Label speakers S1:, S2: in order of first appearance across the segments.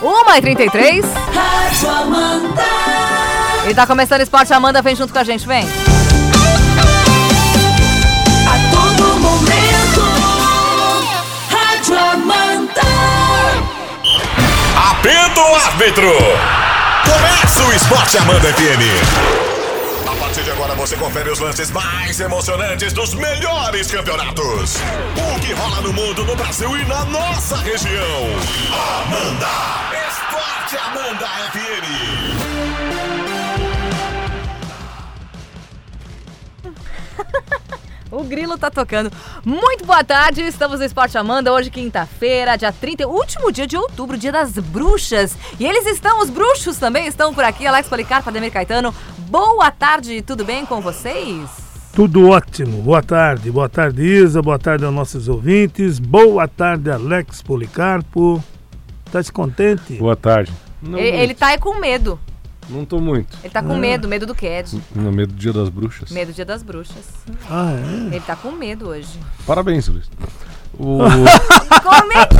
S1: 1h33.
S2: Rádio Amanda.
S1: E tá começando o Esporte Amanda, vem junto com a gente, vem.
S2: A todo momento. Rádio Amanda.
S3: Apito o árbitro! Começa o Esporte Amanda FM! A partir de agora você confere os lances mais emocionantes dos melhores campeonatos. O que rola no mundo, no Brasil e na nossa região. Amanda! Esporte Amanda FM!
S1: O grilo tá tocando. Muito boa tarde, estamos no Esporte Amanda, hoje quinta-feira, dia 30, último dia de outubro, dia das bruxas. E eles estão, os bruxos também estão por aqui, Alex Policarpo, Ademir Caetano. Boa tarde, tudo bem com vocês?
S4: Tudo ótimo. Boa tarde. Boa tarde, Isa. Boa tarde aos nossos ouvintes. Boa tarde, Alex Policarpo. Tá descontente?
S5: Boa tarde. Não,
S1: ele, ele tá aí com medo,
S5: não tô muito.
S1: ele
S4: Ah.
S1: tá com medo, medo do Cad,
S5: No medo do Dia das Bruxas.
S1: medo do Dia das Bruxas.
S4: Ah, é?
S1: Ele tá com medo hoje.
S5: Parabéns, Luiz. O...
S1: Como é que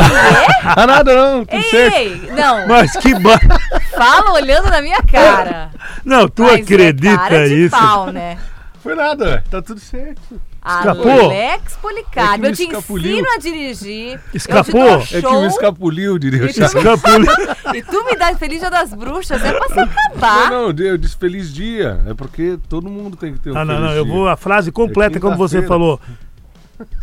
S5: ah, nada, não. Tudo
S1: é?
S5: certo.
S1: Ei, não,
S4: Mas que ba...
S1: fala olhando na minha cara.
S4: Não, tu
S1: Mas é
S4: acredita
S1: cara de
S4: isso?
S1: pau, né?
S5: Foi nada, velho. Tá tudo certo.
S4: Escapou?
S1: Alex Policarpo,
S5: É que me
S1: eu te
S5: escapuliu.
S1: ensino a dirigir.
S4: Escapou?
S1: Eu te
S5: É que
S1: dou um
S5: me
S1: show
S5: escapuliu, diria o
S1: Ele tá
S5: Chaves.
S4: Escapule-
S1: e tu me dá Feliz Dia das Bruxas, é pra se acabar.
S5: Não, não, eu disse feliz dia. É porque todo mundo tem que ter um
S4: Ah, não,
S5: feliz
S4: não. Eu
S5: dia.
S4: vou a frase completa,
S5: É
S4: como você
S5: quinta-feira.
S4: falou.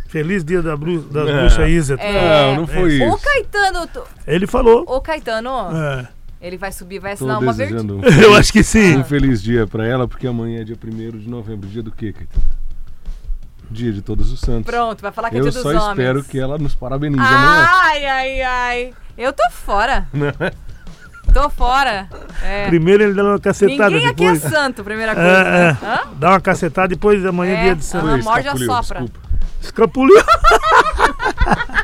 S4: Feliz dia da, bru... da
S5: Não.
S4: bruxa Isa.
S1: É,
S5: Não, não foi
S1: Ô
S5: isso.
S1: Caetano, tu-
S4: Ele falou.
S1: ô Caetano,
S4: É.
S1: ele vai subir, vai
S5: Tô
S1: assinar uma verdinha.
S5: desejando um
S4: Eu acho que sim.
S5: Um feliz dia pra ela, porque amanhã é dia 1 de novembro. Dia do quê, Caetano? Dia de Todos os Santos.
S1: Pronto, vai falar que é
S5: Eu
S1: dia dos
S5: só
S1: homens. Ah,
S5: espero que ela nos parabenize amanhã. é?
S1: Ai, ai, ai. Eu tô fora. Tô fora. É.
S4: Primeiro ele dá uma
S5: tá
S4: cacetada,
S1: Ninguém aqui é
S4: depois.
S1: santo, primeira coisa.
S4: É,
S1: né?
S4: é.
S1: Hã?
S4: Dá uma cacetada, depois amanhã é
S1: É,
S4: dia de São
S1: aham.
S5: Oi,
S1: morde e
S5: escapuliu,
S1: assopra.
S5: desculpa.
S4: Escapuliu.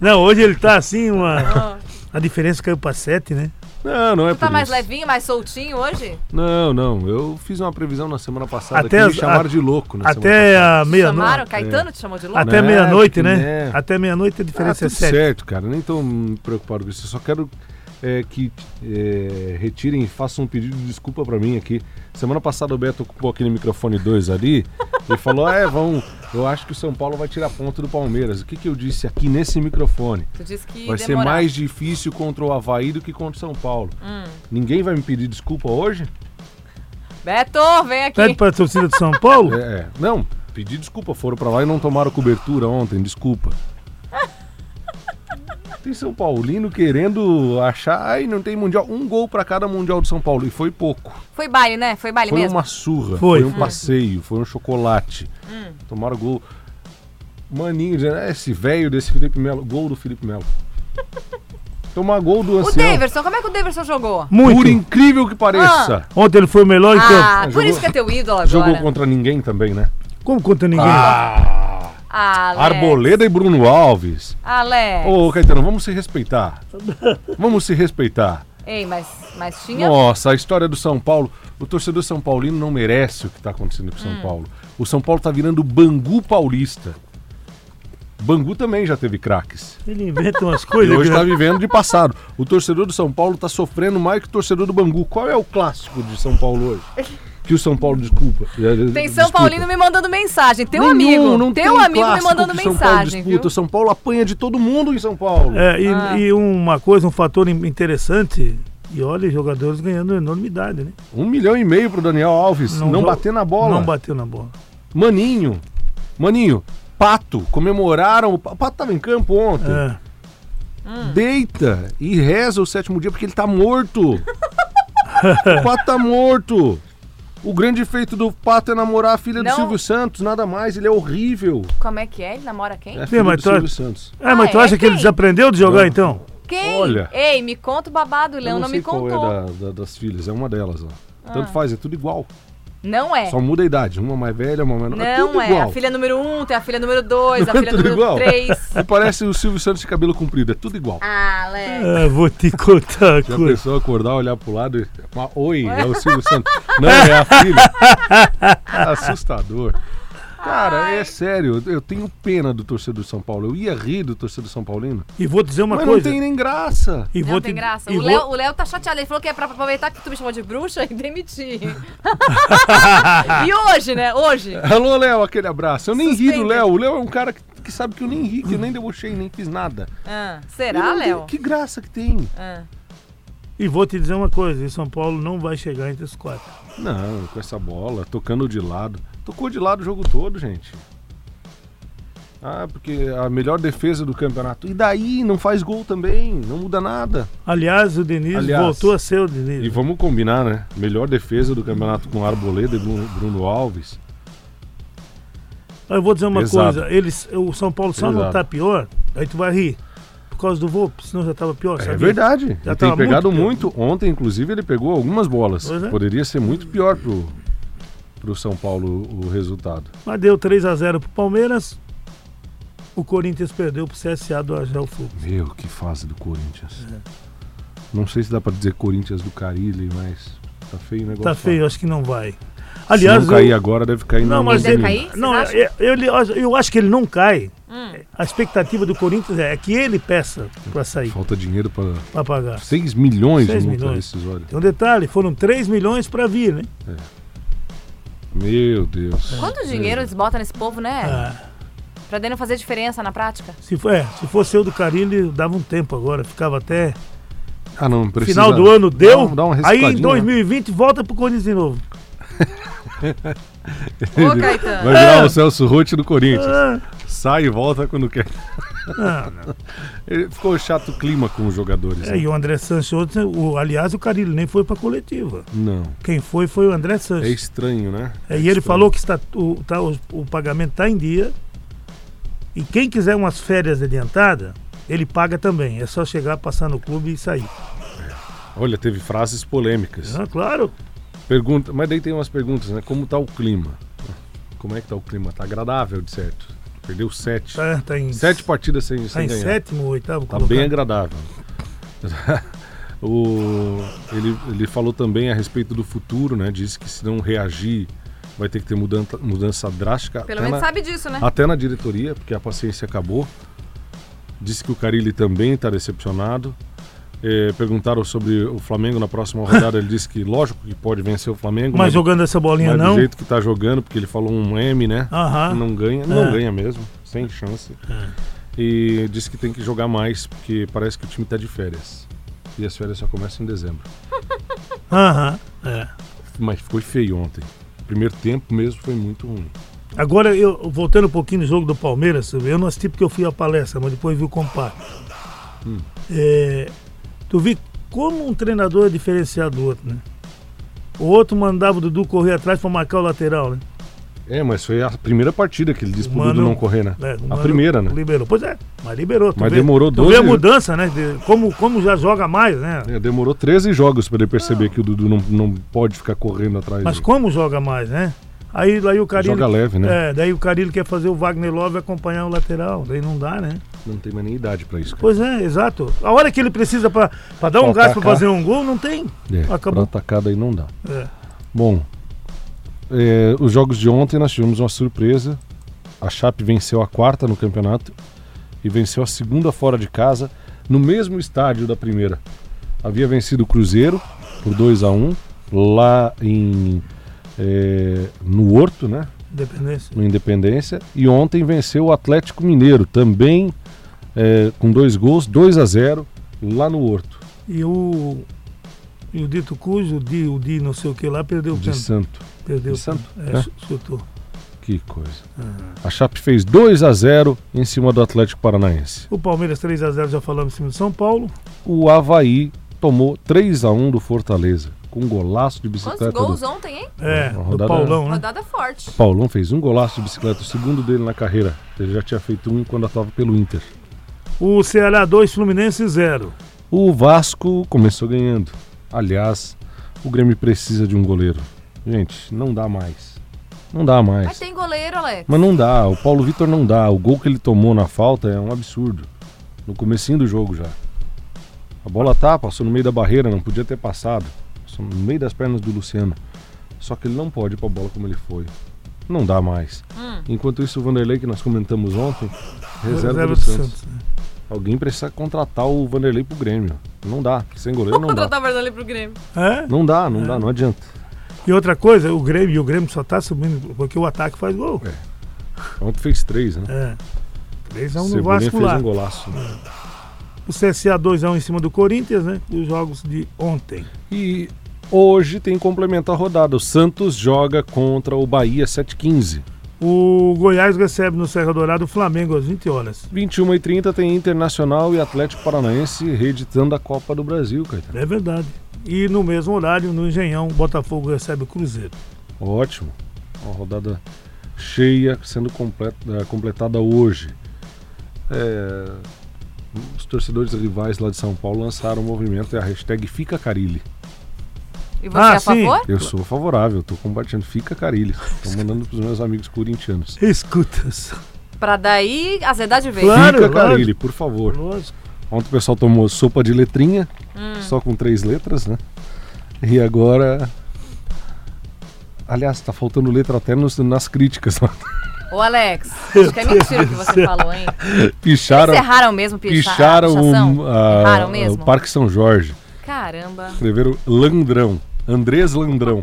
S4: Não, hoje ele tá assim, uma.
S1: Ó.
S4: A diferença caiu pra 7, né?
S5: Não, não é
S1: Tu tá
S5: por
S1: mais
S5: isso.
S1: levinho, mais soltinho hoje?
S5: Não, não. Eu fiz uma previsão na semana passada
S4: Até
S5: que me
S4: as-
S5: chamaram
S4: a-
S5: de louco na
S4: Até
S5: semana
S4: a
S1: Chamaram?
S5: é.
S4: meia-noite.
S1: Caetano te chamou de louco?
S4: Até
S5: Né?
S4: meia-noite, né?
S5: Né?
S4: Até meia-noite a
S5: passada. Ah,
S4: diferença é
S5: tudo
S4: 7.
S5: certo, cara. Nem tô hum, preocupado com isso. Eu só quero é, que é, retirem e façam um pedido de desculpa pra mim aqui. Semana passada o Beto ocupou aquele microfone 2 ali e falou, é, vão... Eu acho que o São Paulo vai tirar ponto do Palmeiras. O que, que eu disse aqui nesse microfone?
S1: Tu disse que
S5: Vai ser
S1: demorava.
S5: mais difícil contra o Havaí do que contra o São Paulo. Ninguém vai me pedir desculpa hoje?
S1: Beto, vem aqui.
S4: Pede Tá pra torcida de São Paulo?
S5: É, é. não, pedi desculpa, foram pra lá e não tomaram cobertura ontem, desculpa. Tem São Paulino querendo achar, ai, não tem mundial, um gol pra cada mundial do São Paulo e foi pouco.
S1: Foi baile, né? Foi baile
S5: Foi
S1: mesmo.
S5: uma surra,
S4: Foi.
S5: foi, um passeio, foi um chocolate.
S1: Hum.
S5: Tomaram gol. Maninho dizendo, "É, esse velho desse Felipe Melo, gol do Felipe Melo. Tomar gol do
S1: O
S5: ancião.
S1: Daverson, como é que o Daverson jogou?
S5: Por
S4: Muito.
S5: incrível que pareça.
S4: Ontem ele foi o melhor então. em
S1: Ah,
S4: campo.
S1: por
S5: Jogou-
S1: isso que é teu ídolo
S5: Jogou
S1: Ah. agora.
S5: contra ninguém também, né?
S4: Como conta ninguém?
S1: Ah, Alex.
S5: Arboleda e Bruno Alves.
S1: Alex.
S5: Ô, Caetano, vamos se respeitar. Vamos se respeitar.
S1: Ei, mas, mas tinha.
S5: Nossa, a história do São Paulo. O torcedor São Paulino não merece o que está acontecendo com o São
S1: Hum.
S5: Paulo. O São Paulo tá virando Bangu Paulista. Bangu também já teve craques.
S4: Ele inventa umas
S5: E
S4: coisas. né?
S5: hoje tá
S4: cara.
S5: está vivendo de passado. O torcedor do São Paulo está sofrendo mais que o torcedor do Bangu. Qual é o clássico de São Paulo hoje? Que o São Paulo desculpa.
S1: Tem São Paulino me mandando mensagem. Teu
S5: Nenhum,
S1: amigo.
S5: não
S1: teu
S5: tem
S1: amigo me
S5: clássico
S1: mandando
S5: que São Paulo
S1: mensagem,
S5: disputa. O
S1: viu?
S5: São Paulo apanha de todo mundo em São Paulo.
S4: É, e,
S1: Ah.
S4: e uma coisa, um fator in- interessante. E olha, jogadores ganhando enormidade, né?
S5: Um milhão e meio pro Daniel Alves. Não,
S4: jo-
S5: bater na bola.
S4: Não bateu na bola.
S5: Maninho. Maninho. Pato. Comemoraram. O Pa- Pato tava em campo ontem.
S4: É.
S5: Deita e reza o sétimo dia porque ele tá morto. o Pato tá morto. O grande feito do Pato é namorar a filha
S1: Não.
S5: do Silvio Santos. Nada mais. Ele é horrível.
S1: Como é que é? Ele namora quem?
S5: É filho
S4: mas
S5: do
S4: tu-
S5: Silvio Santos.
S4: Ah, mas
S1: Ah,
S4: tu
S1: é
S4: acha que ele
S1: quem?
S4: desaprendeu de jogar,
S5: Não.
S4: então?
S1: Quem?
S5: Olha.
S1: Ei, me conta o babado, o
S5: Eu
S1: Leão não
S5: sei
S1: me
S5: qual
S1: contou.
S5: é da- da- das filhas. É uma delas, ó. Tanto faz, é tudo igual.
S1: Não é.
S5: Só muda a idade. Uma mais velha, uma mais nova. é
S1: Não
S5: tudo
S1: é.
S5: igual.
S1: A filha número um, tem a filha número dois, a
S5: Não é
S1: filha
S5: tudo
S1: número
S5: igual?
S1: três.
S5: E parece o Silvio Santos de cabelo comprido, é tudo igual.
S1: Ah, Alex.
S4: Ah, vou te contar a
S5: Já
S4: coisa.
S5: pensou acordar, olhar pro lado e. Mas, Oi, é o Silvio Santos. Não, é a filha. Assustador. Cara, é sério, eu tenho pena do torcedor de São Paulo. Eu ia rir do torcedor São Paulino.
S4: E vou dizer uma
S5: Mas não
S4: coisa.
S5: tem nem graça.
S4: E
S1: Não
S4: vou
S1: tem
S4: te-
S1: graça.
S4: e
S1: O
S4: vou-
S1: Léo, o Léo tá chateado. Ele falou que é pra aproveitar que tu me chamou de bruxa e demitir. e hoje, né? Hoje.
S5: Alô, Léo, aquele abraço. Eu nem ri do
S1: Suspende.
S5: Léo. O Léo é um cara que, que sabe que eu nem ri, que eu nem debochei, nem fiz nada.
S1: Ah,
S5: Eu
S1: será,
S5: não tenho-
S1: Léo?
S5: Que graça que tem.
S1: Ah.
S4: E vou te dizer uma coisa, e São Paulo não vai chegar entre os quatro.
S5: Não, com essa bola, tocando de lado. Tocou de lado o jogo todo, gente. Ah, porque a melhor defesa do campeonato. E daí? Não faz gol também, não muda nada.
S4: Aliás, o Diniz
S5: Aliás.
S4: voltou a ser o
S5: E
S4: Diniz.
S5: vamos combinar, né? Melhor defesa do campeonato com Arboleda e Bruno Bruno Alves.
S4: Eu vou dizer uma
S5: Pesado.
S4: coisa, eles, o São Paulo só não
S5: Pesado.
S4: tá pior, aí tu vai rir. Por causa do Volpe, senão já tava pior,
S5: É
S4: sabe?
S5: verdade.
S4: Já
S5: ele tem
S4: tava
S5: pegado
S4: muito
S5: muito, Ontem, inclusive, ele pegou algumas bolas.
S4: Pois é.
S5: Poderia ser muito pior pro, pro São Paulo o resultado.
S4: Mas deu 3 a 0 pro Palmeiras. O Corinthians perdeu pro CSA do Argel Fogo.
S5: Meu, que fase do Corinthians.
S4: É.
S5: Não sei se dá pra dizer Corinthians do Carilli, mas tá feio o negócio.
S4: Tá
S5: lá.
S4: feio, acho que não vai.
S5: Se
S4: Aliás,
S5: não cair
S4: eu,
S5: agora, deve cair
S4: Não,
S5: na
S4: mas
S5: Amazônia.
S1: Deve cair? Você
S4: não, é-
S1: acha?
S4: eu, eu- eu acho que ele não cai. A expectativa do Corinthians é que ele peça pra sair,
S5: Falta dinheiro pra
S4: pra pagar.
S5: 6 milhões
S4: Seis
S5: de multa
S4: milhões.
S5: decisória.
S4: Tem um detalhe, foram 3 milhões pra vir, né?
S5: Meu Deus.
S1: Quanto dinheiro eles botam nesse povo, né?
S4: Ah.
S1: Pra daí não fazer diferença na prática.
S4: Se, for- é, se fosse eu do Carilli, dava um tempo agora, ficava até
S5: Ah, não, precisa.
S4: final do ano, deu.
S5: Dá, um- dá uma
S4: aí em
S5: recicladinha,
S4: 2020 volta pro Corinthians de novo.
S1: Ô, Caetano.
S5: Vai
S4: É.
S5: virar o Celso Rotti do Corinthians.
S4: Ah,
S5: Sai e volta quando quer. Ele Ficou chato o clima com os jogadores.
S4: é,
S5: né?
S4: e o André Sanches, ontem, o, aliás, o Carilli nem foi pra coletiva.
S5: Não.
S4: Quem foi foi o André Sanches.
S5: É estranho, né?
S4: É, e ele falou que está, o, tá- o- o pagamento está em dia. E quem quiser umas férias adiantadas, ele paga também. É só chegar, passar no clube e sair.
S5: Olha, teve frases polêmicas.
S4: Ah, claro.
S5: Pergunta, mas daí tem umas perguntas, né? Como tá o clima? Como é que tá o clima? Tá agradável, de certo. Perdeu sete.
S4: Tá, tá em,
S5: Sete partidas sem,
S4: tá
S5: sem
S4: em
S5: ganhar.
S4: sétimo, oitavo.
S5: Tá
S4: colocado.
S5: bem agradável. o, ele, ele falou também a respeito do futuro, né? Disse que se não reagir, vai ter que ter mudança, mudança drástica.
S1: Pelo
S5: até
S1: menos
S5: na-
S1: sabe disso, né?
S5: até na diretoria, porque a paciência acabou. Disse que o Carilli também está decepcionado. É, perguntaram sobre o Flamengo na próxima rodada. ele disse que, lógico, que pode vencer o Flamengo.
S4: Mas jogando essa bolinha
S5: mas
S4: não.
S5: do jeito que está jogando, porque ele falou um M, né?
S4: Aham.
S5: Não ganha. Não
S4: É.
S5: ganha mesmo, sem chance. E disse que tem que jogar mais, porque parece que o time está de férias. E as férias só começam em dezembro.
S4: Aham. é.
S5: Mas foi feio ontem. O primeiro tempo mesmo foi muito ruim.
S4: Agora, eu, voltando um pouquinho no jogo do Palmeiras, eu não assisti porque eu fui à palestra, mas depois vi o compacto.
S5: Hum.
S4: É, tu vi como um treinador é diferenciado do outro, né? O outro mandava o Dudu correr atrás para marcar o lateral, né?
S5: É, mas foi a primeira partida que ele disse pro
S4: Mano-
S5: Dudu não correr, né?
S4: É, o
S5: a
S4: Mano
S5: primeira, né?
S4: Liberou. Pois é, mas liberou. Tu
S5: Mas
S4: vê-
S5: demorou
S4: tu vê a
S5: 12
S4: mudança, né? De- como, como já joga mais, né?
S5: É, demorou 13 jogos pra ele perceber que o Dudu não, não pode ficar correndo atrás
S4: Mas
S5: dele.
S4: como joga mais, né? Aí, aí o Carilho.
S5: Joga leve, né?
S4: É, daí o Carilho quer fazer o Wagner Love acompanhar o lateral. Daí não dá, né?
S5: Não tem mais nem idade pra isso. cara.
S4: Pois é, exato. A hora que ele precisa pra, pra dar um
S5: Pra
S4: gás pra
S5: atacar.
S4: fazer um gol, não tem.
S5: É,
S4: Acabou.
S5: Pra atacada aí não dá.
S4: É.
S5: Bom, é, os jogos de ontem nós tivemos uma surpresa. A Chape venceu a quarta no campeonato e venceu a segunda fora de casa, no mesmo estádio da primeira. Havia vencido o Cruzeiro por 2 a 1 lá em é, no Horto, né?
S4: Independência.
S5: no Independência. E ontem venceu o Atlético Mineiro, também é, com dois gols, 2 a 0 lá no Horto,
S4: E o. E o dito cujo, o Di, o Di não sei o que lá, perdeu o
S5: de
S4: pênalti.
S5: Santo.
S4: Perdeu
S5: de
S4: o pênalti.
S5: Santo,
S4: É,
S5: né?
S4: chu- chutou.
S5: Que coisa. A Chape fez 2 a 0 em cima do Atlético Paranaense.
S4: O Palmeiras 3x0 já falamos em cima do São Paulo.
S5: O Havaí tomou 3 a 1 do Fortaleza, com um golaço de
S1: Quantos
S5: bicicleta.
S1: gols
S5: do...
S1: ontem, hein?
S4: É,
S5: Uma
S4: do
S5: rodada-
S4: Paulão, né?
S1: Rodada forte.
S5: Paulão fez um golaço de bicicleta, o segundo dele na carreira. Ele já tinha feito um quando estava pelo Inter.
S4: O Ceará 2, Fluminense 0.
S5: O Vasco começou ganhando. Aliás, o Grêmio precisa de um goleiro. Gente, não dá mais. Não dá
S1: Mas
S5: mais.
S1: tem goleiro, Alex.
S5: Mas não dá. O Paulo Vitor não dá. O gol que ele tomou na falta é um absurdo. No comecinho do jogo já. A bola tá, passou no meio da barreira, não podia ter passado. Passou no meio das pernas do Luciano. Só que ele não pode ir pra bola como ele foi. não dá mais. Enquanto isso, o Vanderlei, que nós comentamos ontem, reserva,
S4: Reserva do
S5: do, Santos.
S4: Santos. né?
S5: Alguém precisa contratar o Vanderlei pro Grêmio. Não dá, porque sem goleiro não dá.
S1: Contratar o Vanderlei pro Grêmio.
S4: É?
S5: Não dá, não dá, não adianta.
S4: E outra coisa, o Grêmio, e o Grêmio só tá subindo porque o ataque faz gol.
S5: Ontem fez três, né?
S4: É. 3x1 no
S5: Cebolinha
S4: Vasco
S5: fez
S4: lá.
S5: um golaço. né?
S4: O CSA 2x1 em cima do Corinthians, né? Os jogos de ontem.
S5: E hoje tem complemento à rodada. O Santos joga contra o Bahia 7h15.
S4: O Goiás recebe no Serra Dourada o Flamengo às 20 horas.
S5: 21h30 tem Internacional e Atlético Paranaense reeditando a Copa do Brasil, Caetano.
S4: É verdade. E no mesmo horário, no Engenhão, o Botafogo recebe o Cruzeiro.
S5: Ótimo. Uma rodada cheia sendo complet- eh, completada hoje. É, Os torcedores rivais lá de São Paulo lançaram um movimento e a hashtag Fica Carilli.
S1: E você
S4: Ah,
S1: é a
S4: sim.
S1: favor?
S5: Eu sou favorável, tô compartilhando Fica Carilli. Tô mandando pros meus amigos corintianos.
S4: Escuta só.
S1: Pra daí azedar de vez.
S4: Claro.
S5: Fica
S4: lógico.
S5: Carilli, por favor.
S4: Lógico.
S5: Ontem o pessoal tomou sopa de letrinha,
S1: Hum.
S5: só com três letras, né? E agora. Aliás, tá faltando letra até nos- nas críticas. né?
S1: Ô, Alex, acho que é mentira o que você falou, hein?
S5: Picharam,
S1: Encerraram mesmo, picha-
S5: picharam
S1: pichação?
S5: um, ah,
S1: Erraram mesmo?
S5: o Parque São Jorge.
S1: Caramba.
S5: Escreveram Landrão. Andrés Landrão.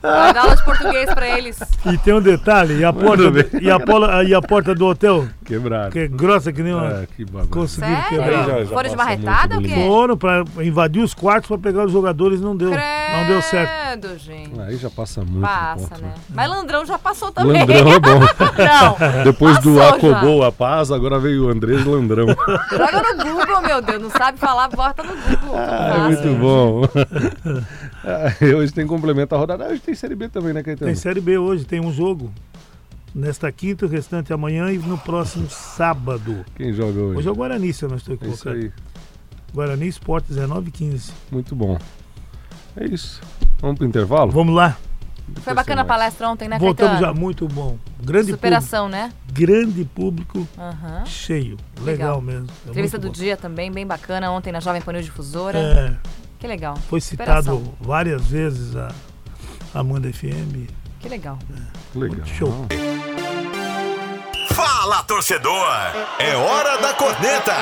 S1: Vai dar aula de português pra eles.
S4: E tem um detalhe, e a porta,
S5: bem.
S4: e a pola- e a porta do hotel,
S5: Quebraram.
S4: que é grossa que nem uma...
S5: Ah, que babado.
S4: Conseguiram
S1: Sério?
S5: Aí já-
S4: quebrar.
S5: já
S1: Foram de
S5: passa
S1: marretada ou o
S5: muito do
S1: quê?
S5: limite.
S4: Foram pra invadir os quartos pra pegar os jogadores não deu. Não deu certo.
S1: Credo, gente.
S5: Aí já passa muito.
S1: Passa,
S5: ponto,
S1: né? Mas Landrão já passou também.
S5: Landrão é bom.
S1: Não.
S5: Depois do
S1: Passou já.
S5: Acobou a Paz, agora veio o Andrés Landrão.
S1: Joga no Google, meu Deus. Não sabe falar, bota no Google.
S5: Ah, é muito bom. Ah, hoje tem complemento à rodada. Ah, Hoje tem Série B também, né, Caetano?
S4: Tem Série B hoje, tem um jogo. Nesta quinta, o restante é amanhã e no próximo sábado.
S5: Quem joga hoje?
S4: Hoje é o Guarani, se eu não estou
S5: É isso
S4: equivocado.
S5: aí.
S4: Guarani Esporte 19 e 15.
S5: Muito bom. É isso. Vamos pro intervalo?
S4: Vamos lá.
S1: Tá Foi bacana a palestra ontem, né,
S4: Voltamos já.
S1: Caetano?
S4: Muito bom. Grande público.
S1: Superação, né?
S4: Grande público
S1: Aham.
S4: cheio.
S1: Legal.
S4: Legal, mesmo. É
S1: Entrevista do
S4: muito bom.
S1: dia também, bem bacana, ontem na Jovem Panil Difusora.
S4: É,
S1: Que legal,
S4: foi citado
S1: Superação.
S4: várias vezes a a Amanda FM.
S1: que legal.
S5: Legal.
S4: Show.
S3: Fala, torcedor! É hora da corneta!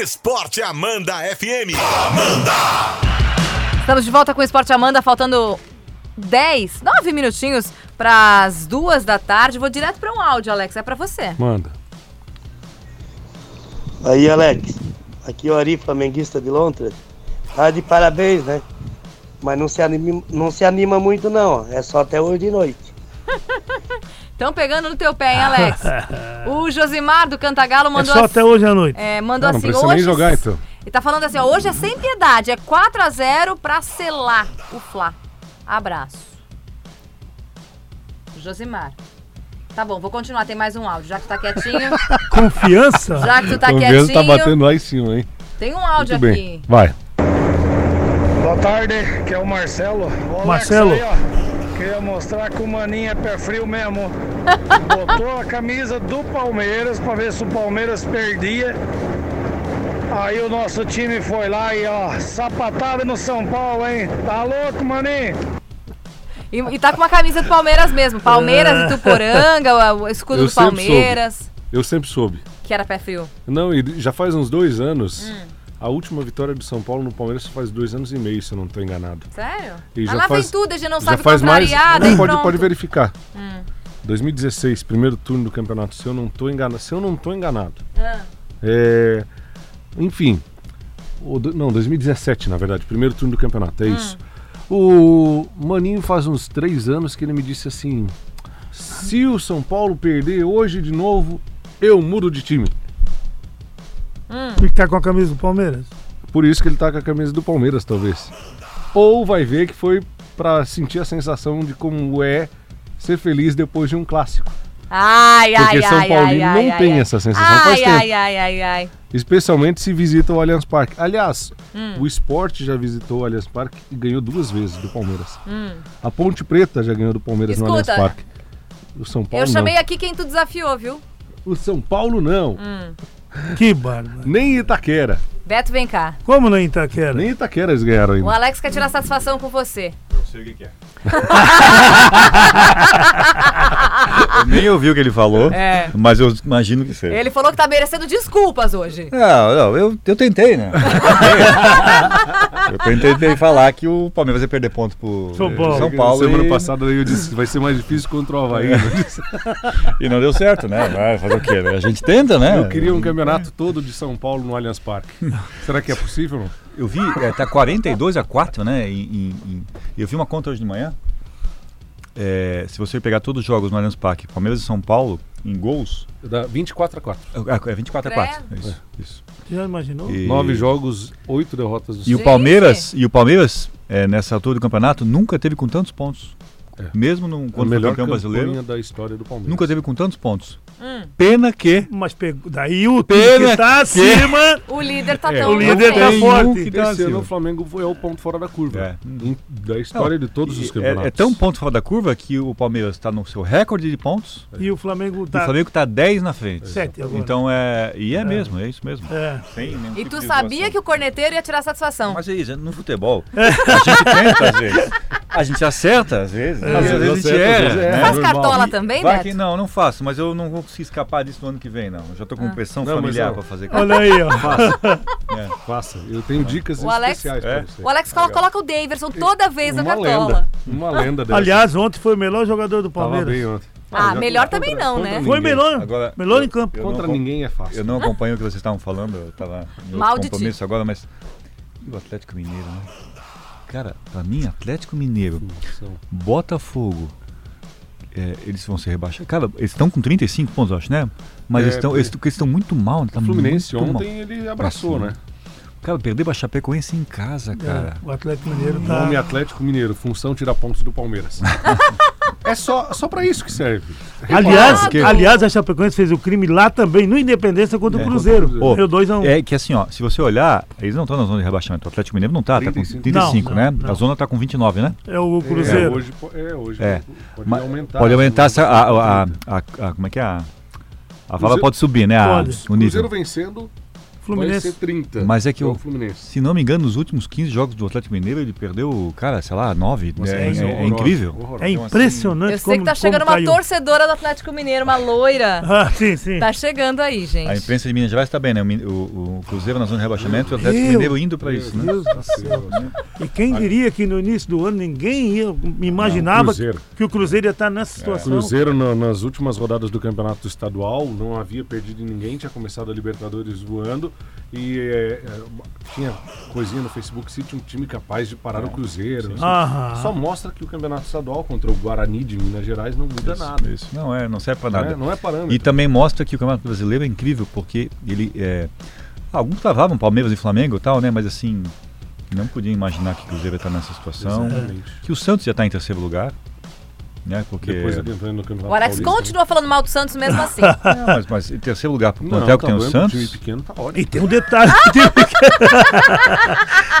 S3: Esporte Amanda FM.
S4: É.
S1: Estamos de volta com o Esporte Amanda, faltando 10, 9 minutinhos para as duas da tarde. Vou direto para um áudio, Alex, é para você.
S5: Manda.
S6: Aí, Alex, aqui é o Ari, flamenguista de Londres. Tá de parabéns, né? Mas não se anima, não se anima muito, não. ó. É só até hoje de noite.
S1: Estão pegando no teu pé, hein, Alex? o Josimar do Cantagalo
S4: É
S1: mandou
S4: só
S1: assim,
S4: até hoje à noite.
S1: é, mandou
S5: Ah, não
S1: assim,
S5: precisa nem
S1: hoje
S5: jogar, então.
S1: Ele tá falando assim, ó, hoje é sem piedade, é 4 a 0 para selar o Fla. Abraço. Josimar. Tá bom, vou continuar, tem mais um áudio, já que tá quietinho.
S4: Confiança?
S1: Já que tu tá
S5: o
S1: quietinho,
S5: vento tá batendo lá em cima, hein?
S1: tem um áudio
S5: Muito
S1: aqui.
S5: bem. Vai.
S7: Boa tarde, que é o Marcelo. Ô,
S4: Marcelo.
S7: Alex, aí, ó, queria mostrar que o Maninho é pé frio mesmo. Botou a camisa do Palmeiras pra ver se o Palmeiras perdia. Aí o nosso time foi lá e ó, sapatava no São Paulo, hein? Tá louco, Maninho?
S1: E, e tá com uma camisa do Palmeiras mesmo. Palmeiras e Tuporanga, o escudo
S5: Eu
S1: do
S5: sempre
S1: Palmeiras,
S5: Eu sempre soube.
S1: que era pé frio.
S5: Não, e já faz uns dois anos.
S1: Hum.
S5: A última vitória do São Paulo no Palmeiras faz dois anos e meio, se eu não tô enganado.
S1: Sério?
S5: E
S1: Mas
S5: já
S1: lá
S5: faz-
S1: vem tudo, a gente não
S5: Já
S1: sabe
S5: faz mais.
S1: contrariar,
S5: Não,
S1: daí
S5: pode,
S1: pronto. Hum.
S5: pode verificar. 2016, primeiro turno do campeonato, se eu não tô enganado. Se eu não tô enganado.
S1: Ah.
S5: É, enfim. o do- não, 2017, na verdade, primeiro turno do campeonato, é
S1: Hum.
S5: isso. O Maninho faz uns três anos que ele me disse assim: se o São Paulo perder hoje de novo, eu mudo de time.
S4: Porque tá com a camisa do Palmeiras.
S5: Por isso que ele tá com a camisa do Palmeiras, talvez. Ou vai ver que foi pra sentir a sensação de como é ser feliz depois de um clássico.
S1: Ai, ai,
S5: Porque
S1: ai,
S5: São
S1: ai,
S5: Paulino
S1: ai,
S5: não
S1: ai,
S5: tem
S1: ai.
S5: essa sensação faz
S1: Ai,
S5: tempo.
S1: ai, ai, ai, ai.
S5: Especialmente se visita o Allianz Parque. Aliás,
S1: Hum.
S5: o esporte já visitou o Allianz Parque e ganhou duas vezes do Palmeiras. A Ponte Preta já ganhou do Palmeiras no Allianz
S1: Hum. Escuta.
S5: Parque. O São Paulo
S1: Eu chamei Hum.
S5: não.
S1: aqui quem tu desafiou, viu?
S5: O São Paulo não.
S4: Que barba.
S5: Nem Itaquera.
S1: Beto, vem cá.
S4: Como não em Itaquera?
S5: Nem Itaquera eles ganharam
S1: O
S5: ainda.
S1: Alex quer tirar satisfação com você.
S8: sei o que, que é. eu nem ouvi o que ele falou,
S1: É.
S8: mas eu imagino que seja.
S1: Ele falou que tá merecendo desculpas hoje.
S8: Não, Ah, não, eu, eu tentei, né? eu tentei, tentei falar que o Palmeiras ia perder ponto pro
S4: São Paulo.
S8: São Paulo
S5: Semana
S8: e,
S5: passada eu disse que vai ser mais difícil contra o Havaí. né?" Eu disse,
S8: e não deu certo, né? Vai fazer o quê? né? A gente tenta, né?
S5: Eu queria um campeonato todo de São Paulo no Allianz Parque. Será que é possível? não?
S8: Eu vi, é, tá 42 a 4, né? Em, em- em- eu vi uma conta hoje de manhã. É, se você pegar todos os jogos no Allianz Parque, Palmeiras e São Paulo, em gols,
S5: Dá 24 a 4.
S8: é, é 24 a 4. É isso, isso.
S4: Já imaginou?
S8: E-
S5: Nove jogos, oito derrotas do
S8: E o
S1: Gente!
S8: Palmeiras, e o Palmeiras é, nessa altura do campeonato, nunca teve com tantos pontos.
S5: É.
S8: Mesmo no,
S5: A
S8: quando foi
S5: melhor
S8: campeão
S5: campanha
S8: brasileiro,
S5: da história do Palmeiras.
S8: nunca teve com tantos pontos.
S1: Hum.
S8: Pena que
S4: Mas pegou. Daí o time
S8: Pena
S4: que tá
S8: que-
S4: acima.
S1: O líder tá
S5: É,
S1: tão
S4: o
S1: na
S4: líder tá
S1: frente.
S8: tem
S4: forte.
S8: um que dá,
S5: Esse ano
S8: Silva.
S5: o Flamengo foi- é o ponto fora da curva.
S8: É.
S5: Em- da história de todos os
S8: É-
S5: campeonatos.
S8: É, tão ponto fora da curva que o Palmeiras está no seu recorde de pontos
S4: E o Flamengo
S8: e o
S4: tá.
S8: Flamengo está 10 na frente.
S4: Sete agora.
S8: Então é. E é, mesmo, é isso mesmo. tipo
S4: É.
S1: E tu sabia que o corneteiro ia tirar satisfação.
S8: Mas é isso, no futebol. A gente tenta às vezes. A gente acerta às vezes. Às vezes a gente erra. né?
S1: É. Faz
S5: normal.
S1: cartola Tá também,
S8: Vai
S1: Beto?
S8: que- não, não faço, mas eu não vou conseguir escapar disso no ano que vem, não. Eu já tô com
S1: Ah.
S8: pressão
S5: Não, mas
S8: familiar
S5: não.
S8: pra fazer.
S4: Olha aí, ó.
S5: Faça. Eu tenho dicas
S1: O Alex-
S5: especiais
S8: É.
S5: pra você.
S1: O Alex colo- coloca o Daverson toda vez na
S5: uma
S1: cartola.
S5: lenda. Uma lenda dessa.
S4: Aliás, ontem foi o melhor jogador do
S5: Tava bem
S4: Palmeiras.
S5: ontem.
S1: Ah,
S5: já
S1: melhor
S5: contra-
S1: também não,
S5: contra
S1: né?
S5: ninguém.
S4: Foi melhor.
S8: Agora,
S4: melhor
S8: eu-
S4: em campo.
S8: eu não
S5: Contra
S8: comp-
S5: ninguém é
S8: Eu
S5: fácil.
S8: não acompanho o que vocês estavam falando, eu tava em
S1: Mal de
S8: outro compromisso agora, mas. E o Atlético Mineiro, né? Cara, pra mim, Atlético Mineiro,
S5: São-
S8: Botafogo. é, eles vão ser rebaixados. Cara, eles estão com 35 pontos, eu acho, né? Mas
S5: É,
S8: eles estão- eles estão eles estão muito mal. Tá
S5: O Fluminense
S8: muito
S5: ontem ele abraçou,
S8: Assim,
S5: né?
S8: Mal. Cara, perder pra Chapecoense em casa, cara.
S4: É, o Atlético Mineiro tá.
S5: Nome Atlético Mineiro, função tirar pontos do Palmeiras. é só, só pra isso que serve.
S4: Aliás,
S1: Porque-
S4: aliás, a Chapecoense fez o crime lá também, no Independência contra
S8: É,
S4: o Cruzeiro.
S5: contra o
S8: Ô,
S4: Deu 2 a 1
S8: É que assim, ó, se você olhar, eles não estão na zona de rebaixamento. O Atlético Mineiro não tá, tá com
S5: 35.
S8: 35,
S4: Não,
S8: né?
S4: não,
S8: A
S4: não.
S8: zona tá com 29, né?
S4: É o
S5: É,
S4: Cruzeiro.
S5: hoje, po- é, hoje
S8: É.
S5: pode
S8: Mas
S5: aumentar. né?
S8: Pode aumentar essa, a, a, a- a- a- Como é que é? A, a vala
S5: Cruzeiro-
S8: pode subir, né? A,
S4: Pode.
S8: o nível.
S5: Cruzeiro vencendo,
S4: Fluminense.
S5: vai ser 30.
S8: Mas é que
S5: Então,
S8: o-
S5: o Fluminense.
S8: Se não me engano, nos últimos 15 jogos do Atlético Mineiro, ele perdeu, cara, sei lá, 9. É, é,
S5: um
S4: horrorosa,
S8: é incrível.
S4: É impressionante
S1: Eu sei que
S4: como-
S1: tá chegando
S4: como
S1: uma
S4: caiu.
S1: torcedora do Atlético Mineiro, uma loira.
S4: Ah, sim, sim.
S1: Tá chegando aí,
S8: A
S1: gente.
S8: imprensa de Minas Gerais tá bem, né? O, Min- o- o Cruzeiro na zona de rebaixamento e o Atlético
S4: Meu
S8: Mineiro indo pra isso, né?
S4: E quem diria que no início do ano ninguém ia, me imaginava
S5: Cruzeiro.
S4: que o Cruzeiro ia estar nessa
S5: O
S4: situação.
S5: Cruzeiro, na- nas últimas rodadas do campeonato estadual, não havia perdido ninguém, tinha começado a Libertadores voando e é, é, uma- tinha coisinha no Facebook se tinha um time capaz de parar o Cruzeiro. Assim.
S4: Aham.
S5: Só mostra que o campeonato estadual contra o Guarani de Minas Gerais não muda nada.
S8: Isso, isso. Não, é, não serve pra
S5: Não
S8: nada. Então,
S5: é, não é parâmetro.
S8: E também mostra que o Campeonato Brasileiro é incrível, porque ele. É... Alguns travavam Palmeiras e Flamengo e tal, né? Mas assim, não podia imaginar que o Cruzeiro ia estar nessa situação.
S5: Exatamente.
S8: Que o Santos ia estar em terceiro lugar, né? Porque.
S5: Depois ele entrando no campeonato
S1: O Alex
S5: paulista.
S1: continua falando mal do Santos mesmo assim.
S8: Não, mas, mas em terceiro lugar pro
S5: Não,
S8: plantel que
S5: tá
S8: tem
S5: bom,
S8: o
S5: é um time
S8: Santos.
S5: pequeno tá ótimo.
S4: E tem um detalhe.
S1: Ah!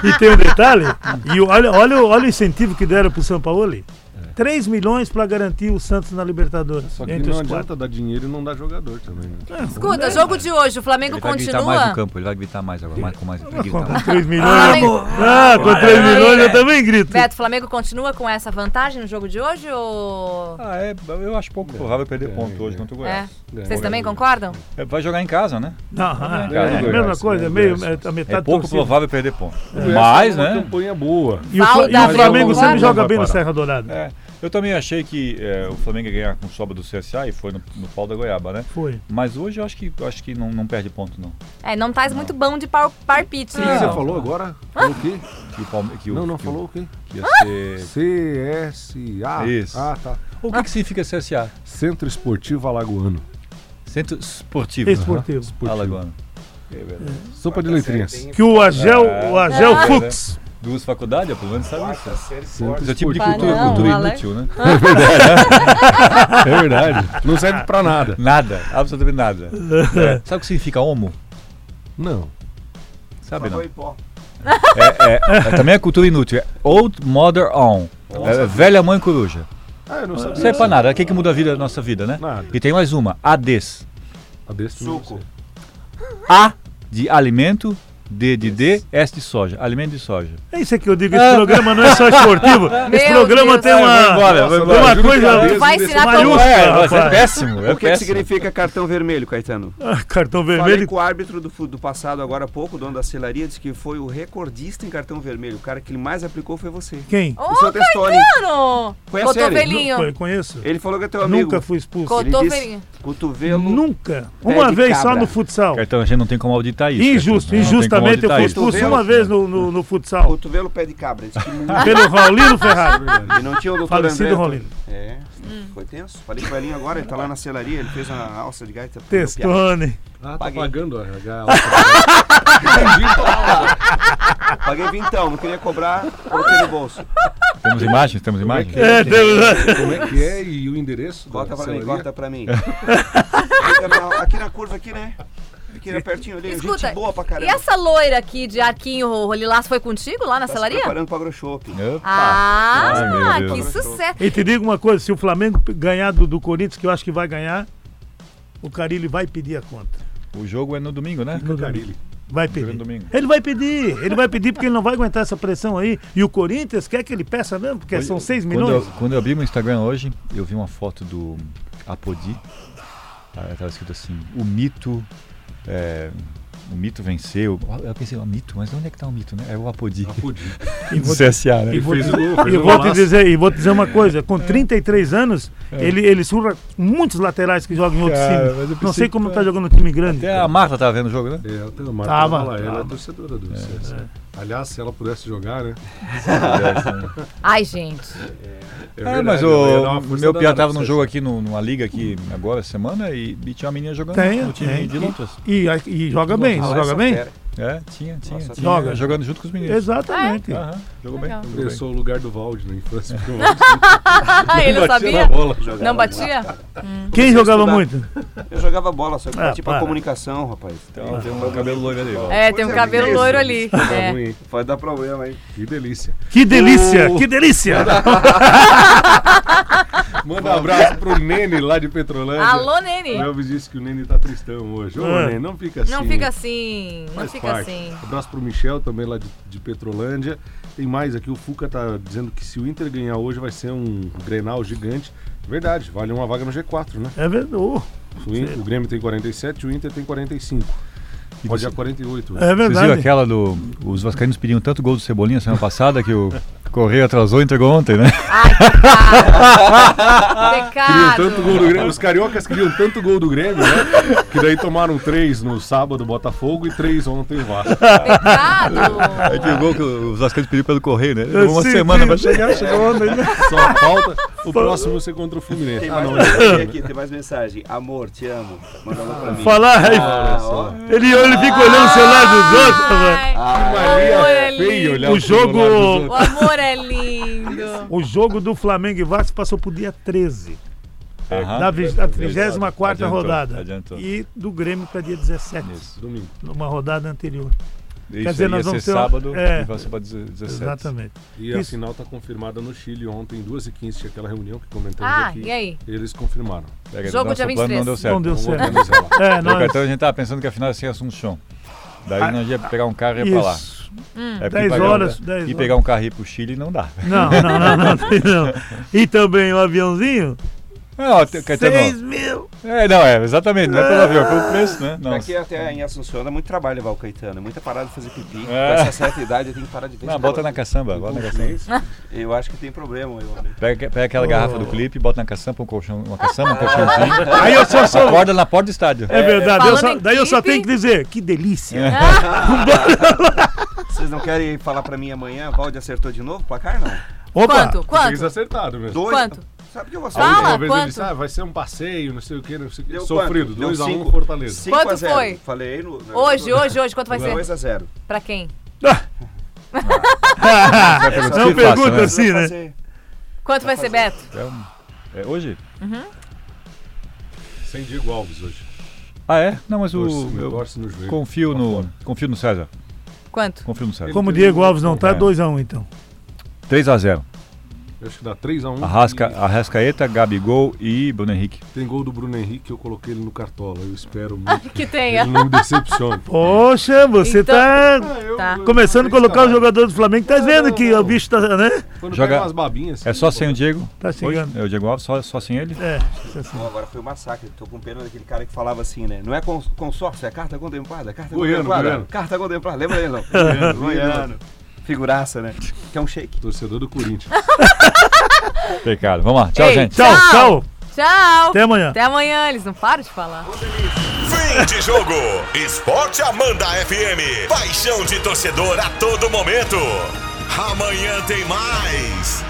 S4: e tem um detalhe. E olha, olha, o- olha o incentivo que deram pro São Paulo. 3 milhões para garantir o Santos na Libertadores.
S5: É. Só que
S4: entre
S5: não
S4: os
S5: adianta
S4: quatro.
S5: dar dinheiro e não dar jogador também. Né?
S1: Escuta, jogo de hoje, o Flamengo
S8: Ele vai gritar mais no
S1: continua.
S8: campo, ele vai gritar mais agora, mais, com mais.
S5: é
S8: Ele grita
S4: Com
S5: né?
S8: mais.
S4: 3
S1: Ah,
S4: milhões. eu-
S1: amor.
S4: Ah, com
S1: Olha
S4: 3
S1: aí,
S4: milhões eu
S1: Beto.
S4: também grito.
S1: Beto, o Flamengo continua com essa vantagem no jogo de hoje ou.
S8: Ah, é, eu acho pouco provável perder ponto hoje contra o
S1: É.
S8: Goiás.
S1: Vocês também concordam?
S8: É, vai jogar em casa, né?
S4: Não, ah,
S8: É,
S4: é a
S5: Goiás,
S4: mesma coisa, é meio,
S5: Goiás.
S4: é a metade
S8: É pouco
S4: torcida.
S8: provável perder ponto.
S5: Goiás
S8: Mas,
S5: tá numa
S8: né?
S5: campanha boa.
S4: E o, Fla- e o
S1: Saudável,
S4: Flamengo
S1: concordo.
S4: sempre joga
S8: Vai
S4: bem no
S8: parar.
S4: Serra Dourada.
S8: É, eu também achei que é, o Flamengo ia ganhar com sobra do CSA e foi no, no pau da goiaba, né?
S5: Uhum.
S4: Foi.
S8: Mas hoje eu acho que, eu acho que não, não perde ponto, não.
S1: É, não tá muito bom de par parpite,
S5: O que
S1: né?
S8: Ah.
S5: você falou agora? Falou o quê?
S8: Que o Palme... que o-
S5: Não, não
S8: que o-
S5: falou o quê?
S8: Que ia ser...
S5: CSA.
S8: Isso.
S5: Ah, tá.
S8: O que, que significa CSA?
S5: Centro Esportivo Alagoano.
S8: Centro Esportivo. né?
S4: Esportivo.
S8: Alagoano. É verdade.
S5: Sopa de letrinhas.
S4: Que o Agel,
S8: Ah.
S4: o Agel Fux.
S8: Duas faculdades, pelo menos sabe isso.
S5: Centro
S8: Isso é tipo de
S5: Esportivo.
S8: cultura,
S1: não,
S8: cultura
S1: Ale-
S8: inútil, né?
S5: É verdade. Não serve pra nada.
S8: Nada, absolutamente nada. É. Sabe o que significa homo?
S5: Não.
S8: Sabe não? É, é- é- também é cultura inútil. É old mother on. É, velha mãe coruja.
S5: Ah, eu não
S8: Não
S5: sabia.
S8: serve pra nada. O que, que muda a vida, a nossa vida, né?
S5: Nada.
S8: E tem mais uma. ADES.
S5: A desse não sei.
S8: A de alimento, D de D, S de soja. Alimento de soja.
S4: É isso que eu digo, esse programa não é só esportivo. esse
S1: Meu
S4: programa
S1: Deus.
S4: tem uma.
S8: Olha,
S5: Nossa,
S8: vai-
S5: vai-
S4: uma
S5: juro que
S4: coisa-
S5: agradeço
S1: Vai
S5: desse-
S1: ensinar todo mundo.
S4: maiúsculo,
S8: É, mas é
S4: rapaz.
S8: péssimo. É
S9: O que, que
S8: péssimo.
S9: significa cartão vermelho, Caetano?
S4: Ah, Cartão
S9: Falei
S4: vermelho.
S9: com o árbitro do, fu- do passado agora há pouco, o dono da celaria, disse que foi o recordista em cartão vermelho. O cara que ele mais aplicou foi você.
S4: Quem?
S1: Ô,
S5: é
S9: seu Testoni.
S1: Caetano!
S9: Conhece
S1: Cotovelinho.
S4: Pô, eu conheço.
S9: Ele falou que é teu amigo.
S4: Nunca fui expulso.
S9: Ele
S1: Cotovelinho.
S9: disse, cotovelo.
S4: Nunca.
S9: Pé
S4: Uma
S9: de
S4: vez só
S9: cabra.
S4: no futsal.
S8: Cartão, a gente não tem como auditar isso.
S4: Injusto,
S8: Caetano. né? Não tem
S4: injustamente
S8: como
S4: eu
S8: auditar
S4: fui
S8: isso.
S4: expulso uma vez né? no, no, no futsal.
S9: Cotovelo pé de cabra. Disse que nunca.
S4: Pelo Raulino Ferrari.
S9: E não tinha o doutor
S4: Falecido
S9: André.
S4: Raulino.
S9: É, foi tenso. Falei com o Elinho agora, ele tá lá na celaria, ele fez uma alça de gaita. deu piada.
S4: Testone.
S5: Ah, tá
S9: Paguei.
S5: pagando a- a-
S9: Paguei vintão, não queria cobrar, coloquei no bolso.
S8: Temos imagens? Temos imagens?
S4: É, Deus.
S5: Como é que é e o endereço? da
S9: Corta pra mim,
S5: pizzaria?
S9: corta pra mim. Fica na- aqui na curva, aqui, né? Aqui na pertinho ali,
S1: Escuta,
S9: gente boa pra
S1: e
S9: caramba.
S1: essa loira aqui de arquinho rolilaço foi contigo lá na
S9: Tá se
S1: salaria?
S9: preparando pra agrochope.
S8: Opa. Ai,
S1: Ah,
S8: meu
S1: que
S8: Deus.
S1: sucesso!
S4: E te digo uma coisa: se o Flamengo ganhar do, do Corinthians, que eu acho que vai ganhar, o Carilli vai pedir a conta.
S8: O jogo é no domingo, né?
S4: No domingo. Vai
S8: Grande
S4: pedir.
S8: domingo.
S4: Ele vai pedir, ele vai pedir porque ele não vai aguentar essa pressão aí. E o Corinthians quer que ele peça mesmo, porque são 6
S8: Quando eu,
S4: milhões.
S8: quando eu abri meu Instagram hoje, eu vi uma foto do Apodi. Estava escrito assim, o mito. é, o mito venceu. Eu pensei, o mito, mas onde é que tá o mito, né? É o Apodi.
S5: Pudim.
S8: Do CSA, né?
S4: E vou,
S5: fez
S4: te-
S5: o- fez
S4: e
S5: o
S4: vou te
S5: golaço.
S4: dizer, e vou te dizer uma coisa,
S8: É.
S4: com 33 anos, ele, ele surra muitos laterais que jogam em outros
S8: Cara, mas eu
S4: times. Não
S8: pensei
S4: sei como
S8: que-
S4: tá jogando um time grande.
S8: Até a Marta tava vendo o jogo, né?
S5: É, ela tem uma marca
S4: Tava,
S5: dela, ela é
S4: tava. é.
S5: torcedora do CS. Aliás, se ela pudesse jogar, né?
S1: Ai, gente.
S8: É,
S5: verdade,
S8: mas
S5: ela ia dar
S8: o
S5: uma força
S8: meu piá
S5: danada
S8: tava
S5: pro
S8: num
S5: CS.
S8: jogo aqui, no- numa liga aqui agora, essa semana, e, e tinha uma menina jogando
S4: Tem,
S8: no time
S4: tem.
S8: de Lotus.
S4: E, e joga bem,
S9: Ah,
S4: joga
S9: essa
S4: bem?
S9: fera.
S8: É, tinha, tinha.
S9: Nossa,
S8: tinha
S4: joga.
S8: Jogando junto com os meninos.
S4: Exatamente.
S8: Aham, jogou bem.
S4: É
S1: Legal.
S8: jogou
S5: Eu
S8: bem.
S5: sou o lugar do Valde na infância. porque o
S1: Ah, ele não
S5: Valde batia
S1: sabia?
S5: na bola. né?
S1: Não
S9: Jogava
S1: batia?
S4: Quem
S9: Comecei a
S4: jogava
S9: estudar.
S4: muito?
S9: Eu jogava bola, só que
S4: Ah,
S9: bati pra
S4: para.
S9: comunicação, rapaz.
S8: Então, tem um cabelo loiro ali, ó.
S1: É, tem um
S9: Pois é,
S1: cabelo
S9: beleza.
S1: loiro ali. É.
S5: Tá Ruim, hein?
S9: Vai dar problema, hein?
S5: Que delícia.
S4: Que delícia,
S8: Uh.
S4: que delícia.
S5: Manda um abraço pro Nene lá de Petrolândia.
S1: Alô, Nene!
S5: O Elvis disse que o Nene tá tristão hoje. Ô,
S4: Ah.
S5: Nene, não fica assim.
S1: Não fica assim, não
S5: Faz
S1: fica
S5: parte.
S1: assim.
S5: Abraço pro Michel também lá de, de Petrolândia. Tem mais aqui, o Fuca tá dizendo que se o Inter ganhar hoje vai ser um Grenal gigante. Verdade, vale uma vaga no G4, né?
S4: É verdade. oh,
S5: O, In- o Grêmio tem 47, o Inter tem 45. Pode ir a 48.
S4: É
S8: Vocês viram
S4: verdade.
S8: aquela do. Os Vascaínos pediam tanto gol do Cebolinha semana passada que o Correia atrasou e entregou ontem, né?
S5: Queriam
S1: Pecado!
S5: tanto gol do Grêmio. Os cariocas queriam tanto gol do Grêmio, né? Que daí tomaram três no sábado Botafogo e três ontem o Vasco.
S1: Pecado!
S8: É que o gol que os Vascaínos pediu pelo Correia, né?
S4: Eu
S8: Levou uma
S4: sei,
S8: semana
S4: sim.
S8: pra chegar, chegou ontem.
S5: Só falta o próximo ser contra o Fluminense.
S9: Tem
S5: Ah,
S9: mais
S5: não.
S9: mensagem aqui, tem mais mensagem. Amor, te amo. Manda lá pra mim.
S4: Falar,
S9: Ah, ó.
S4: ele, ele fica olhando o celular dos
S8: Ah!
S4: outros.
S1: Ai,
S4: rapaz.
S1: o amor é lindo!
S4: O jogo-
S1: O amor é lindo!
S4: O jogo do Flamengo e Vasco passou pro dia 13, da vi- da 34
S8: Ah, Adiantou,
S4: rodada.
S8: adiantou.
S4: E do Grêmio para dia 17,
S8: Isso.
S5: Domingo.
S4: numa rodada anterior.
S8: Isso
S4: dizer,
S8: aí
S4: nós
S8: ia
S4: vamos
S8: ser
S4: ter uma-
S8: sábado
S4: é.
S8: e vai ser pra 17.
S4: Exatamente.
S5: E a
S4: Isso.
S5: final tá confirmada no Chile ontem, 2h15, tinha aquela reunião que comentamos
S1: Ah,
S5: aqui.
S1: e aí?
S5: Eles confirmaram.
S8: Pega,
S1: Jogo
S8: nosso
S1: dia
S8: plano
S1: 23.
S8: Não deu certo.
S4: Não deu
S5: Vamos
S4: certo.
S5: organizar lá.
S4: É,
S8: Meu
S4: nós...
S8: cartão, a gente tava pensando que a final ia ser Assunção. Daí nós ia pegar um carro e ia pra lá.
S4: Isso.
S8: É porque
S4: 10
S8: pegar um-
S4: horas, 10
S8: E pegar um carro e ir pro Chile não dá.
S4: Não, não, não, não, não. E também o aviãozinho,
S8: Não, te- Caetano,
S4: 6 mil.
S8: É, não, é, exatamente, não é pelo avião, é pelo preço, né? Nossa.
S9: Aqui até em Assunção dá muito trabalho levar o Caetano. É muita parada de fazer pipi. Com
S8: É.
S9: essa certa idade eu tenho que parar de ver.
S8: Não, bota na caçamba, bota na caçamba.
S9: Eu acho que tem problema, eu, né?
S8: Pega, pega aquela garrafa do clipe, bota na caçamba, um colchão, uma caçamba, um colchãozinho.
S4: Aí eu só sou.
S8: Acorda na porta do estádio.
S4: É verdade, eu
S1: Falando
S4: só-
S1: em É.
S4: daí eu só
S1: clipe-
S4: tenho que dizer, que delícia.
S9: Vocês não querem falar pra mim amanhã, Valde acertou de novo o placar, não?
S4: Opa,
S1: Quanto?
S5: Eles
S1: Quanto?
S5: acertaram mesmo.
S9: Dois.
S1: Quanto?
S9: Sabe que eu vou
S5: A última
S1: Fala,
S5: vez
S1: quanto?
S5: ele disse, ah, vai ser um passeio, não sei o que, não sei o que.
S9: Deu
S5: Sofrido,
S9: quanto? Deu
S5: 2x1
S9: cinco.
S5: Fortaleza.
S9: Cinco
S1: Quanto
S9: a zero.
S1: foi?
S9: Falei no. no-
S1: Hoje, hoje, hoje, quanto vai
S9: Dois
S1: ser?
S9: a zero.
S1: Pra quem?
S4: não
S8: Fácil,
S4: pergunta
S8: né?
S4: assim, né?
S9: Fazer.
S1: Quanto vai ser, Beto?
S8: É um- é hoje?
S5: Sem Diego Alves hoje.
S8: Ah, é? Não, mas o.
S5: Torce,
S8: eu
S5: torce no joelho.
S8: confio no. Confio no César.
S1: Quanto?
S8: Confio no César.
S4: um, Como o Diego Alves não tá,
S8: É.
S4: 2x1 então.
S8: 3 a 0
S5: Eu acho que dá 3x1.
S8: Arrasca, Arrascaeta, Gabigol e Bruno Henrique.
S5: Tem gol do Bruno Henrique, eu coloquei ele no cartola. Eu espero muito.
S1: Que
S5: que
S1: tenha.
S5: ele não me decepcione.
S4: Poxa, você
S1: Então-
S4: tá
S1: Tá.
S4: começando a colocar o jogador do Flamengo. Tá vendo que o bicho tá, né?
S5: Quando
S8: Joga-
S5: Joga... umas babinhas assim,
S8: É só
S5: pô.
S8: sem o Diego?
S4: Tá chegando.
S8: Hoje? É o Diego Alves, só, só sem ele?
S4: É, isso é assim.
S9: Bom, agora foi um massacre. Tô com pena daquele cara que falava assim, né? Não é cons- consórcio, é carta contemplada. Carta
S5: Goiano,
S9: contemplada.
S5: goiano.
S9: Carta contemplada. Lembra dele, não? Goiano,
S5: goiano.
S9: Figuraça, né? Que é um shake.
S5: Torcedor do Corinthians.
S8: Pecado. Vamos lá. Tchau,
S1: Ei,
S8: gente.
S4: Tchau,
S1: Tchau.
S4: tchau.
S1: Tchau.
S4: Até amanhã.
S1: Até amanhã, eles não param de falar.
S3: Fim de jogo. Esporte Amanda FM. Paixão de torcedor a todo momento. Amanhã tem mais.